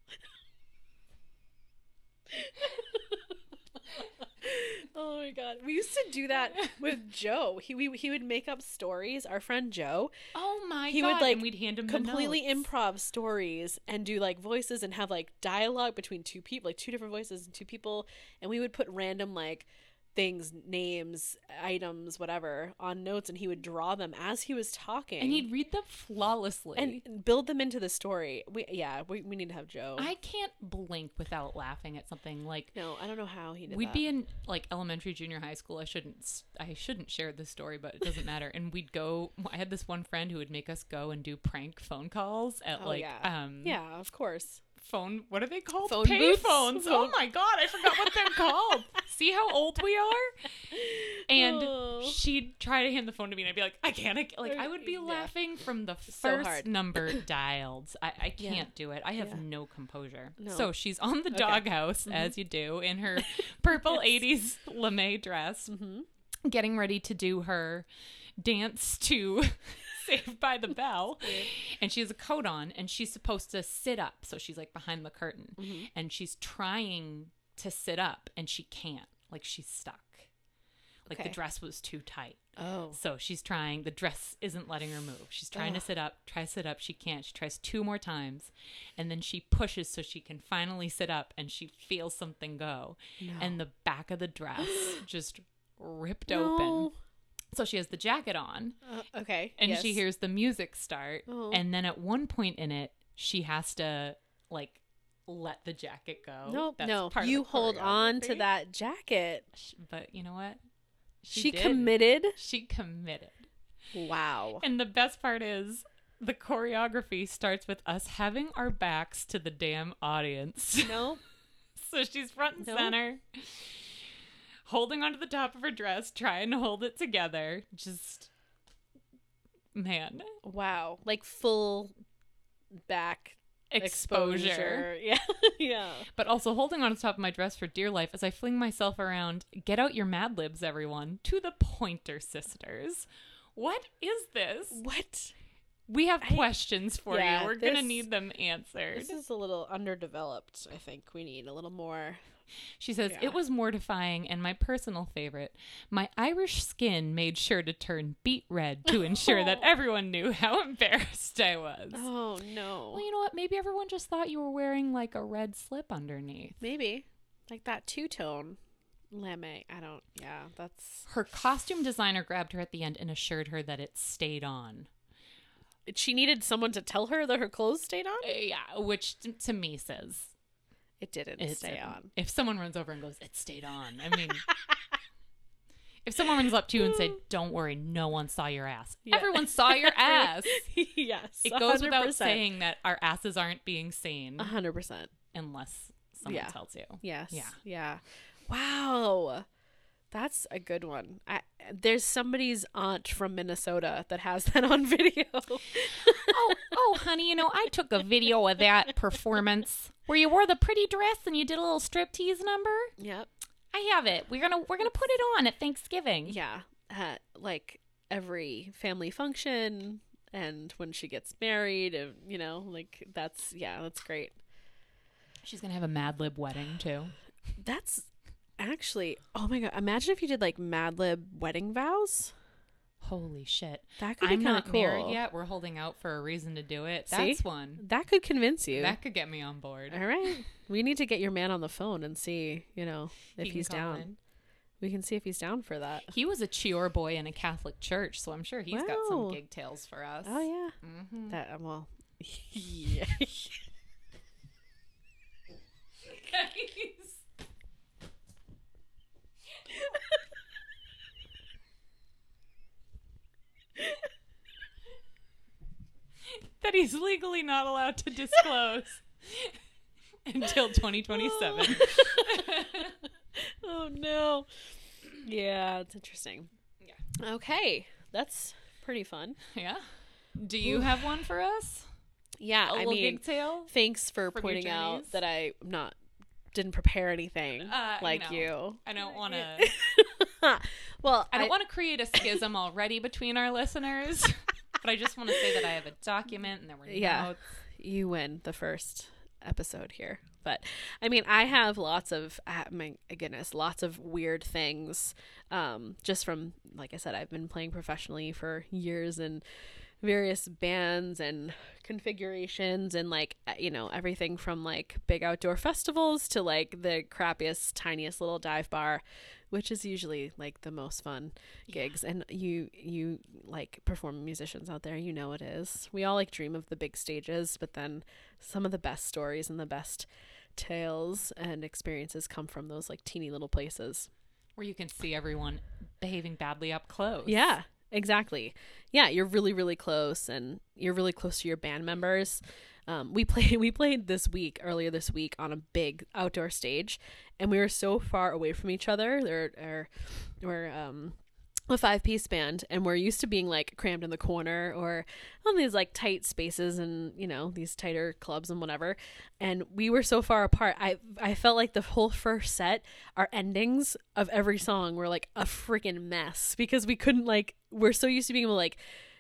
A: Oh my god. We used to do that with Joe. He we, he would make up stories, our friend Joe,
B: oh my
A: He
B: god!
A: would, like,
B: and we'd hand him the
A: completely
B: notes.
A: improv stories and do like voices and have like dialogue between two people, like two different voices and two people, and we would put random like things, names, items, whatever, on notes, and he would draw them as he was talking,
B: and he'd read them flawlessly.
A: and build them into the story. We yeah, we, we need to have Joe.
B: I can't blink without laughing at something like.
A: no, I don't know how he did.
B: We'd
A: that.
B: be in like elementary, junior high school. I shouldn't, s- I shouldn't share this story, but it doesn't matter. And we'd go. I had this one friend who would make us go and do prank phone calls at
A: Oh,
B: like,
A: yeah.
B: um,
A: yeah, of course.
B: phone what are they called
A: Phone
B: pay
A: booths?
B: phones oh
A: Phone-
B: my god i forgot what they're called see how old we are and
A: Oh.
B: she'd try to hand the phone to me and i'd be like i can't I can't." like i would be
A: Yeah.
B: laughing from the
A: so
B: first
A: hard.
B: number dialed i, I
A: Yeah.
B: can't do it i have
A: Yeah.
B: no composure
A: No. Mm-hmm.
B: so she's on the doghouse as you do in her purple 80s lame dress
A: Mm-hmm.
B: getting ready to do her dance to Saved by the Bell. And she has a coat on and she's supposed to sit up. So she's like behind the curtain and she's trying to sit up and she can't. Like she's stuck. Like
A: Okay.
B: the dress was too tight.
A: Oh.
B: So she's trying. The dress isn't letting her move. She's trying to sit up, tries to sit up. She can't. She tries two more times. And then she pushes so she can finally sit up and she feels something go. And the back of the dress just ripped open. So she has the jacket on
A: Uh, okay.
B: and
A: yes.
B: she hears the music start.
A: Oh.
B: And then at one point in it, she has to like let the jacket go.
A: Nope,
B: That's
A: no.
B: part of
A: You
B: the
A: hold on to
B: choreography.
A: that jacket.
B: Sh- But you know what?
A: She,
B: did.
A: committed.
B: She committed.
A: Wow.
B: And the best part is the choreography starts with us having our backs to the damn audience.
A: No.
B: so she's front and
A: No.
B: center, holding onto the top of her dress, trying to hold it together. Just, man,
A: Wow. Like full back
B: exposure.
A: exposure. Yeah. yeah.
B: But also holding on to the top of my dress for dear life as I fling myself around. Get out your Mad Libs, everyone, to the Pointer Sisters. What is this?
A: What?
B: We have
A: I-
B: questions for
A: Yeah,
B: you. We're going to
A: this-
B: need them answered.
A: This is a little underdeveloped, I think. We need a little more.
B: She says,
A: Yeah.
B: It was mortifying and my personal favorite. My Irish skin made sure to turn beet red to ensure that
A: Oh.
B: everyone knew how embarrassed I was.
A: Oh, no.
B: Well, you know what? Maybe everyone just thought you were wearing like a red slip underneath.
A: Maybe. Like that two tone lame. I don't. Yeah. That's.
B: Her costume designer grabbed her at the end and assured her that it stayed on.
A: She needed someone to tell her that her clothes stayed on?
B: Uh, yeah, which t- to me says
A: It didn't
B: it
A: stay
B: didn't.
A: on.
B: If someone runs over and goes, It stayed on. I mean, if someone runs up to you and said, Don't worry, no one saw your ass.
A: Yeah.
B: Everyone saw your ass.
A: yes.
B: it goes without saying that our asses aren't being seen
A: 100%.
B: unless someone
A: Yeah.
B: tells you.
A: Yes.
B: Uh-huh. Yeah.
A: Yeah. Wow. That's a good one. I, there's somebody's aunt from Minnesota that has that on video.
B: oh, oh, honey, you know, I took a video of that performance where you wore the pretty dress and you did a little striptease number.
A: yep.
B: I have it. We're gonna we're gonna put it on at Thanksgiving.
A: Yeah. At like every family function and when she gets married and you know, like that's yeah, that's great.
B: She's gonna have a Mad Lib wedding too.
A: That's actually oh my god, imagine if you did like Mad Lib wedding vows.
B: Holy shit!
A: That could be
B: I'm
A: kind
B: not
A: of cool.
B: married yet. We're holding out for a reason to do it.
A: See?
B: That's one
A: That could convince you.
B: that could get me on board.
A: All right. We need to get your man on the phone and see, you know, if
B: He can
A: he's
B: call
A: down.
B: in.
A: We can see if he's down for that.
B: He was a Chior boy in a Catholic church, so I'm sure he's got
A: Wow.
B: some gig tales for us.
A: Oh yeah.
B: Mm-hmm.
A: That um, well. yeah.
B: guys. that he's legally not allowed to disclose until 2027.
A: Oh no. Yeah, it's interesting. Yeah. Okay. That's pretty fun.
B: yeah. Do you have one for us?
A: Yeah,
B: A
A: I
B: little
A: mean,
B: gig tale?
A: thanks for
B: from your
A: pointing out
B: journeys?
A: that I'm not didn't prepare anything
B: Uh,
A: like
B: no. I don't want to.
A: you. well,
B: I don't want to create a schism already between our listeners, but I just want to say that I have a document and there were
A: Yeah.
B: notes.
A: you win the first episode here. But I mean, I have lots of ah, my goodness, lots of weird things. Um, just from like I said, I've been playing professionally for years and various bands and configurations and like eh, you know everything from like big outdoor festivals to like the crappiest tiniest little dive bar which is usually like the most fun gigs and you you like performing musicians out there you know it is we all like dream of the big stages but then some of the best stories and the best tales and experiences come from those like teeny little places
B: where you can see everyone behaving badly up close.
A: Yeah, exactly. Yeah, you're really, really close, and you're really close to your band members. Um, we played we played this week earlier this week on a big outdoor stage, and we were so far away from each other. There are, were um, a five piece band and we're used to being like crammed in the corner or on these like tight spaces and you know these tighter clubs and whatever and we were so far apart i i felt like the whole first set our endings of every song were like a freaking mess because we couldn't like we're so used to being able to like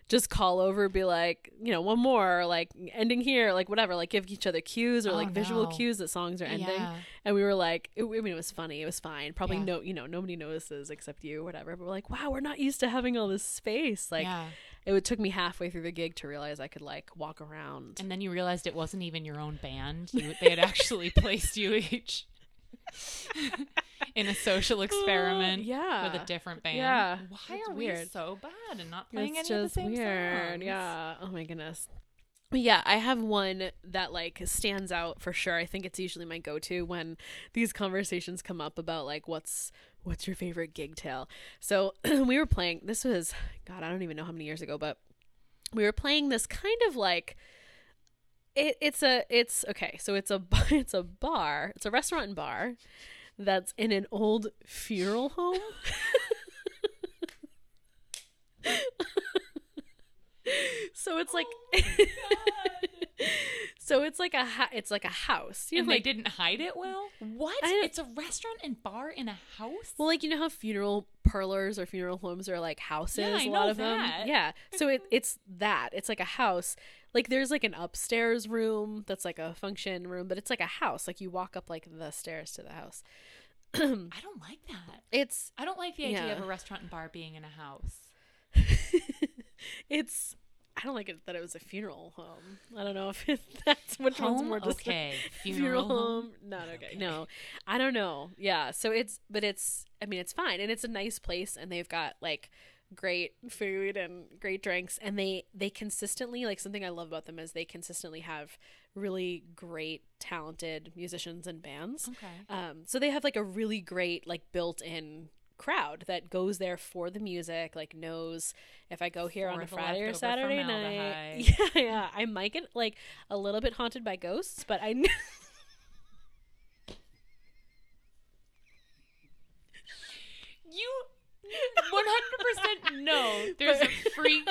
A: just call over be like you know one more or, like ending here like whatever like give each other cues or
B: Oh,
A: like visual
B: no.
A: cues that songs are ending
B: Yeah.
A: and we were like, it, I mean, it was funny. It was fine. Probably
B: Yeah.
A: no, you know, nobody notices except you, whatever. But we're like, wow, we're not used to having all this space. Like,
B: yeah.
A: it would took me halfway through the gig to realize I could like walk around.
B: And then you realized it wasn't even your own band. You, they had actually placed you each in a social experiment
A: yeah.
B: with a different band.
A: Yeah.
B: Why
A: It's
B: are we
A: weird.
B: so bad and not playing
A: It's
B: any
A: just
B: of the same
A: weird.
B: songs?
A: Yeah. Oh my goodness. But yeah, I have one that like stands out for sure. I think it's usually my go-to when these conversations come up about like what's what's your favorite gig tale. So we were playing. This was God, I don't even know how many years ago, but we were playing this kind of like it, it's a it's okay. So it's a it's a bar. It's a restaurant and bar that's in an old funeral home. so it's like
B: Oh.
A: so it's like a ha- it's like a house. You
B: And
A: know,
B: they
A: like
B: didn't hide it well? What?
A: I don't-
B: It's a restaurant and bar in a house?
A: well, like you know how funeral parlors or funeral homes are like houses.
B: Yeah, I
A: a lot
B: know
A: of them.
B: that.
A: Yeah. So it it's that. It's like a house. Like there's like an upstairs room that's like a function room, but it's like a house. Like you walk up like the stairs to the house.
B: I don't like that.
A: It's
B: I don't like the idea
A: Yeah.
B: of a restaurant and bar being in a house.
A: it's I don't like it that it was a funeral home. I don't know if that's which one's
B: Home,
A: more dis-
B: okay.
A: Funeral,
B: Funeral,
A: home, not okay.
B: okay.
A: No, I don't know. Yeah, so it's but it's I mean it's fine and it's a nice place and they've got like great food and great drinks and they they consistently like something I love about them is they consistently have really great talented musicians and bands.
B: Okay.
A: Um, so they have like a really great like built-in crowd that goes there for the music, like knows if I go here on
B: For
A: a
B: the
A: Friday or
B: leftover
A: Saturday night.
B: formaldehyde.
A: Yeah, yeah. I might get like a little bit haunted by ghosts, but I kn-
B: You 100% know there's a freak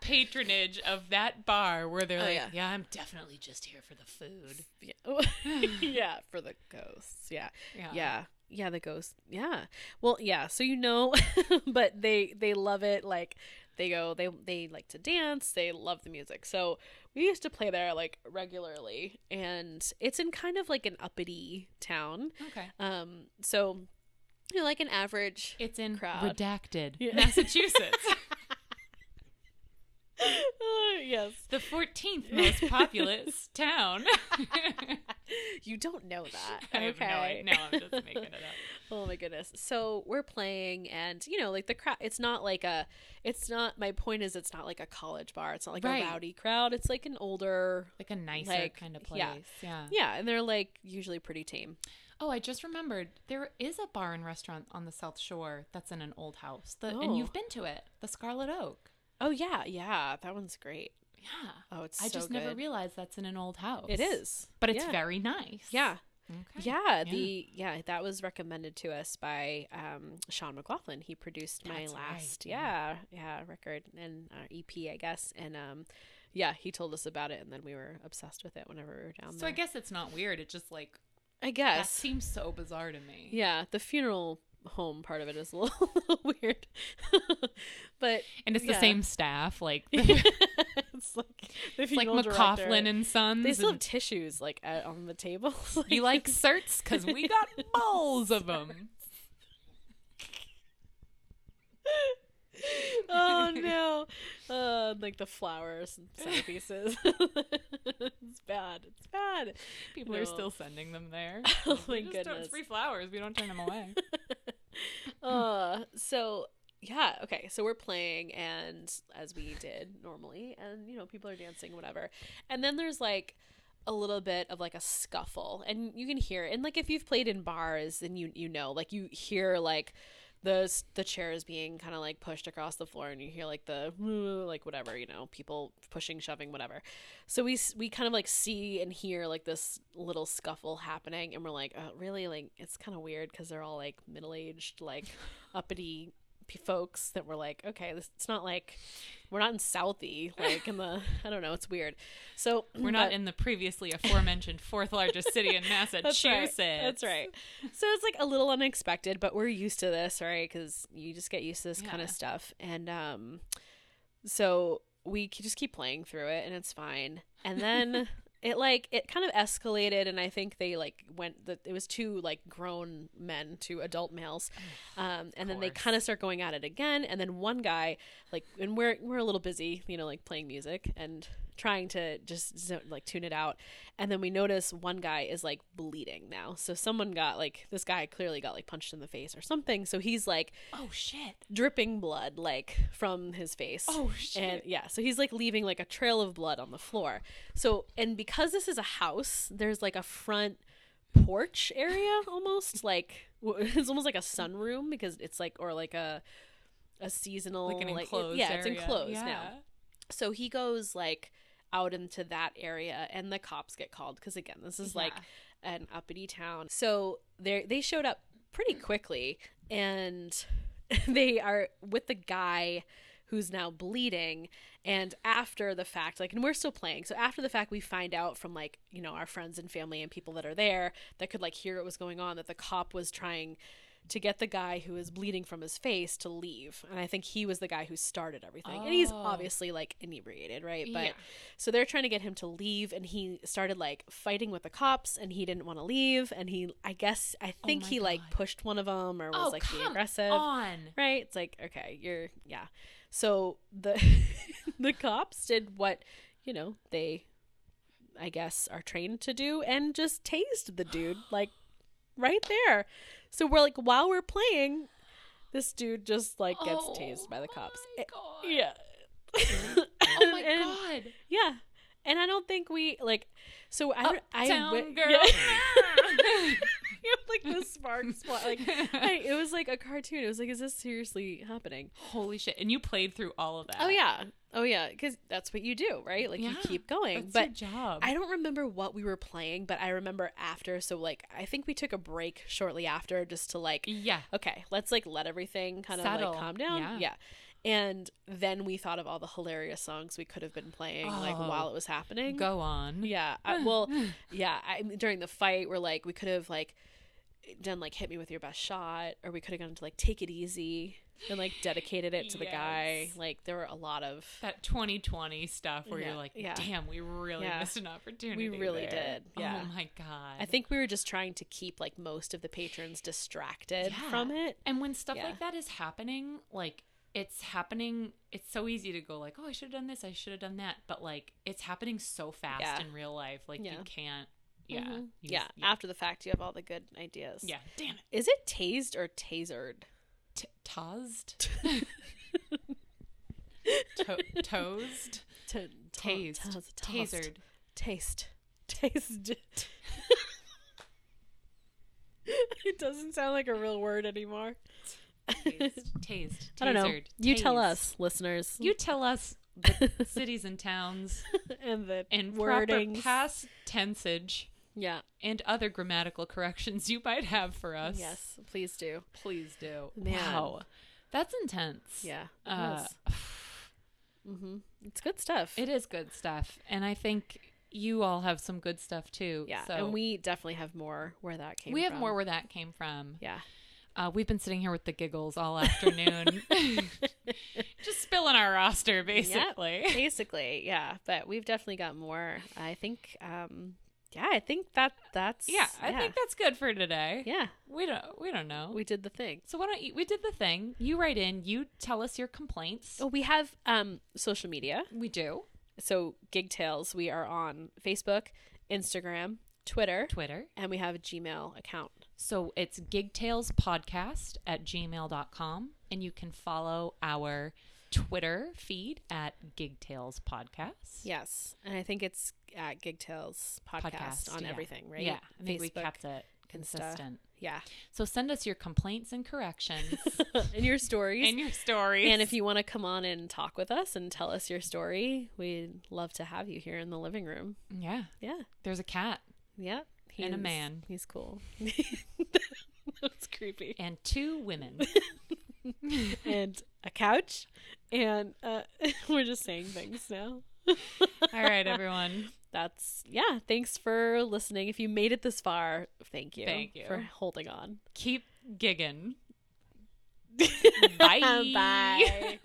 B: patronage of that bar where they're
A: Oh,
B: like,
A: yeah.
B: yeah. I'm definitely just here for the food.
A: yeah, for the ghosts. Yeah.
B: Yeah.
A: yeah yeah the ghost yeah well yeah so you know but they they love it like they go they they like to dance they love the music so we used to play there like regularly and it's in kind of like an uppity town
B: Okay.
A: um so you know like an average
B: It's in
A: Crowd.
B: redacted
A: Yeah.
B: Massachusetts,
A: Uh, yes
B: the 14th most populous town.
A: you don't know that
B: I have no
A: okay
B: idea. No, I'm just making it up.
A: Oh my goodness. So we're playing and you know, like the crowd it's not like a it's not my point is it's not like a college bar. It's not like
B: Right.
A: a rowdy crowd. It's like an older
B: Like a nicer
A: Like,
B: kind of place.
A: yeah.
B: yeah.
A: Yeah, and they're like usually pretty tame.
B: Oh, I just remembered there is a bar and restaurant on the South Shore that's in an old house, the,
A: Oh.
B: and you've been to it, the Scarlet Oak.
A: Oh yeah, yeah. That one's great.
B: Yeah,
A: Oh, it's
B: I
A: so
B: just
A: good.
B: never realized that's in an old house.
A: It is.
B: but it's
A: yeah.
B: very nice.
A: Yeah.
B: Okay.
A: Yeah,
B: Yeah.
A: the yeah, that was recommended to us by um, Sean McLaughlin. He produced
B: That's
A: my
B: right,
A: last yeah
B: yeah.
A: yeah record and uh, EP, I guess. And um, yeah, he told us about it, and then we were obsessed with it whenever we were down
B: So
A: there.
B: I guess it's not weird. It just like
A: I
B: that
A: guess
B: seems so bizarre to me.
A: yeah, the funeral home part of it is a little, weird, but
B: And it's
A: yeah.
B: the same staff, like it's
A: it's like the
B: like
A: funeral director.
B: McCaughlin and Sons.
A: They still have
B: and
A: tissues like at, on the tables.
B: you like certs because we got bowls of them.
A: oh no uh, like the flowers and centerpieces it's bad it's bad
B: People
A: No.
B: are still sending them there.
A: Oh, my
B: We just don't-
A: goodness.
B: it's free flowers. We don't turn them away.
A: uh so yeah okay so we're playing and as we did normally and you know people are dancing whatever and then there's like a little bit of like a scuffle and you can hear and like if you've played in bars and you you know like you hear like the s- the chairs being kind of like pushed across the floor and you hear like the "Woo," like whatever you know people pushing shoving whatever so we s- we kind of like see and hear like this little scuffle happening and we're like oh, really like it's kind of weird because they're all like middle-aged like uppity p- folks that were like, okay, this, it's not like we're not in Southie, like in the I don't know, it's weird. So
B: We're not
A: but-
B: in the previously aforementioned fourth largest city in Massachusetts.
A: That's right. That's right. So it's like a little unexpected, but we're used to this, right? Because you just get used to this kind
B: Yeah.
A: of stuff, and um, so we c- just keep playing through it, and it's fine. And then it like it kind of escalated, and I think they like went that it was two like grown men, two adult males, um, and then they
B: course.
A: kind of start going at it again, and then one guy like, and we're we're a little busy, you know, like playing music and trying to just zo- like tune it out and then we notice one guy is like bleeding now so someone got like this guy clearly got like punched in the face or something so he's like
B: Oh shit.
A: dripping blood like from his face
B: Oh shit.
A: and yeah so he's like leaving like a trail of blood on the floor so and because this is a house there's like a front porch area almost like w- it's almost like a sunroom because it's like or like a a seasonal
B: like an
A: it-
B: enclosed
A: yeah it's
B: area.
A: enclosed
B: yeah.
A: now so he goes like out into that area and the cops get called because again this is like
B: Yeah.
A: an uppity town so they they showed up pretty quickly and they are with the guy who's now bleeding and after the fact like and we're still playing so after the fact we find out from like you know our friends and family and people that are there that could like hear what was going on that the cop was trying to get the guy who is bleeding from his face to leave and i think he was the guy who started everything and he's
B: Oh.
A: obviously like inebriated right but
B: Yeah.
A: so they're trying to get him to leave and he started like fighting with the cops and he didn't want to leave and he i guess i think
B: Oh my
A: he like
B: God.
A: pushed one of them or was
B: Oh,
A: like being
B: come
A: aggressive
B: on.
A: right it's like okay you're yeah so the the cops did what you know they i guess are trained to do and just tased the dude like right there so we're like while we're playing this dude just like gets
B: Oh,
A: tased by the cops
B: my
A: It-
B: God.
A: yeah
B: Oh my
A: And-
B: god.
A: yeah and i don't think we like so i don't i
B: Uptown
A: wit-
B: girl.
A: Yeah. like the sparks fly like I, it was like a cartoon it was like is this seriously happening
B: Holy shit. And you played through all of that.
A: Oh yeah. Oh yeah, cuz that's what you do, right? Like you
B: Yeah,
A: keep going.
B: That's your
A: but
B: job.
A: I don't remember what we were playing, but I remember after so like I think we took a break shortly after just to like
B: yeah.
A: okay, let's like let everything kind of
B: Settle.
A: like calm down.
B: Yeah.
A: yeah. And then we thought of all the hilarious songs we could have been playing like
B: Oh.
A: while it was happening.
B: Go on.
A: Yeah. I, well, yeah. I, during the fight, we're like, we could have like done like hit me with your best shot, or we could have gone to like take it easy and like dedicated it to the guy.
B: Yes.
A: Like there were a lot of
B: That 2020 stuff where
A: Yeah,
B: you're like,
A: yeah.
B: damn, we really
A: Yeah.
B: missed an opportunity.
A: really
B: there."
A: did, yeah.
B: Oh my god.
A: I think we were just trying to keep like most of the patrons distracted
B: Yeah.
A: from it.
B: And when stuff
A: Yeah.
B: like that is happening, like it's happening, it's so easy to go like, "Oh, I should have done this. I should have done that." But like it's happening so fast
A: Yeah.
B: in real life, like
A: Yeah.
B: you can't. Yeah.
A: Mhm.
B: you-
A: yeah.
B: Yeah.
A: After the fact, you have all the good ideas.
B: yeah. Damn it.
A: Is it tased or tasered?
B: T- tozed. to- tozed.
A: T- ta-
B: Tased.
A: tas- tossed.
B: Tasered.
A: Taste. Taste. it doesn't sound like a real word anymore.
B: Tased. Tased.
A: I don't know.
B: Tasered.
A: You tell
B: Tased.
A: us, listeners.
B: You tell us the cities and towns
A: and the
B: and
A: wording.
B: proper past tensage
A: yeah.
B: and other grammatical corrections you might have for us.
A: Yes. Please do.
B: Please do.
A: Man.
B: Wow. That's intense.
A: Yeah. It
B: Uh,
A: mm-hmm. It's good stuff.
B: it is good stuff. And I think you all have some good stuff too.
A: yeah.
B: So
A: and we definitely have more where that came.
B: we have
A: from.
B: more where that came from.
A: Yeah.
B: Uh, we've been sitting here with the giggles all afternoon. Just spilling our roster, basically.
A: Basically, yeah. But we've definitely got more. I think. um Yeah. I think that that's.
B: Yeah, I
A: yeah.
B: think that's good for today.
A: Yeah.
B: We don't we don't know.
A: We did the thing.
B: so why don't you we did the thing. You write in, you tell us your complaints.
A: Oh, we have um social media.
B: We do.
A: So Gig Tales, we are on Facebook, Instagram, Twitter,
B: Twitter.
A: and we have a Gmail account.
B: So it's gigtalespodcast at gmail.com. And you can follow our Twitter feed at gigtalespodcast.
A: Yes, and I think it's at Gig Tales podcast, on
B: yeah.
A: everything, right?
B: Yeah. I think we
A: Facebook,
B: kept it
A: Insta.
B: consistent.
A: Yeah,
B: So send us your complaints and corrections
A: and your stories.
B: and
A: and-
B: your stories.
A: if you want to come on and talk with us and tell us your story, we'd love to have you here in the living room.
B: yeah,
A: Yeah.
B: there's a cat
A: Yeah.
B: And a
A: he's-
B: man.
A: He's cool. that was creepy.
B: and two women.
A: and a couch, and uh, we're just saying things now.
B: All right, everyone.
A: That's yeah. Thanks for listening. If you made it this far, thank you.
B: Thank you.
A: for holding on.
B: Keep gigging.
A: Bye.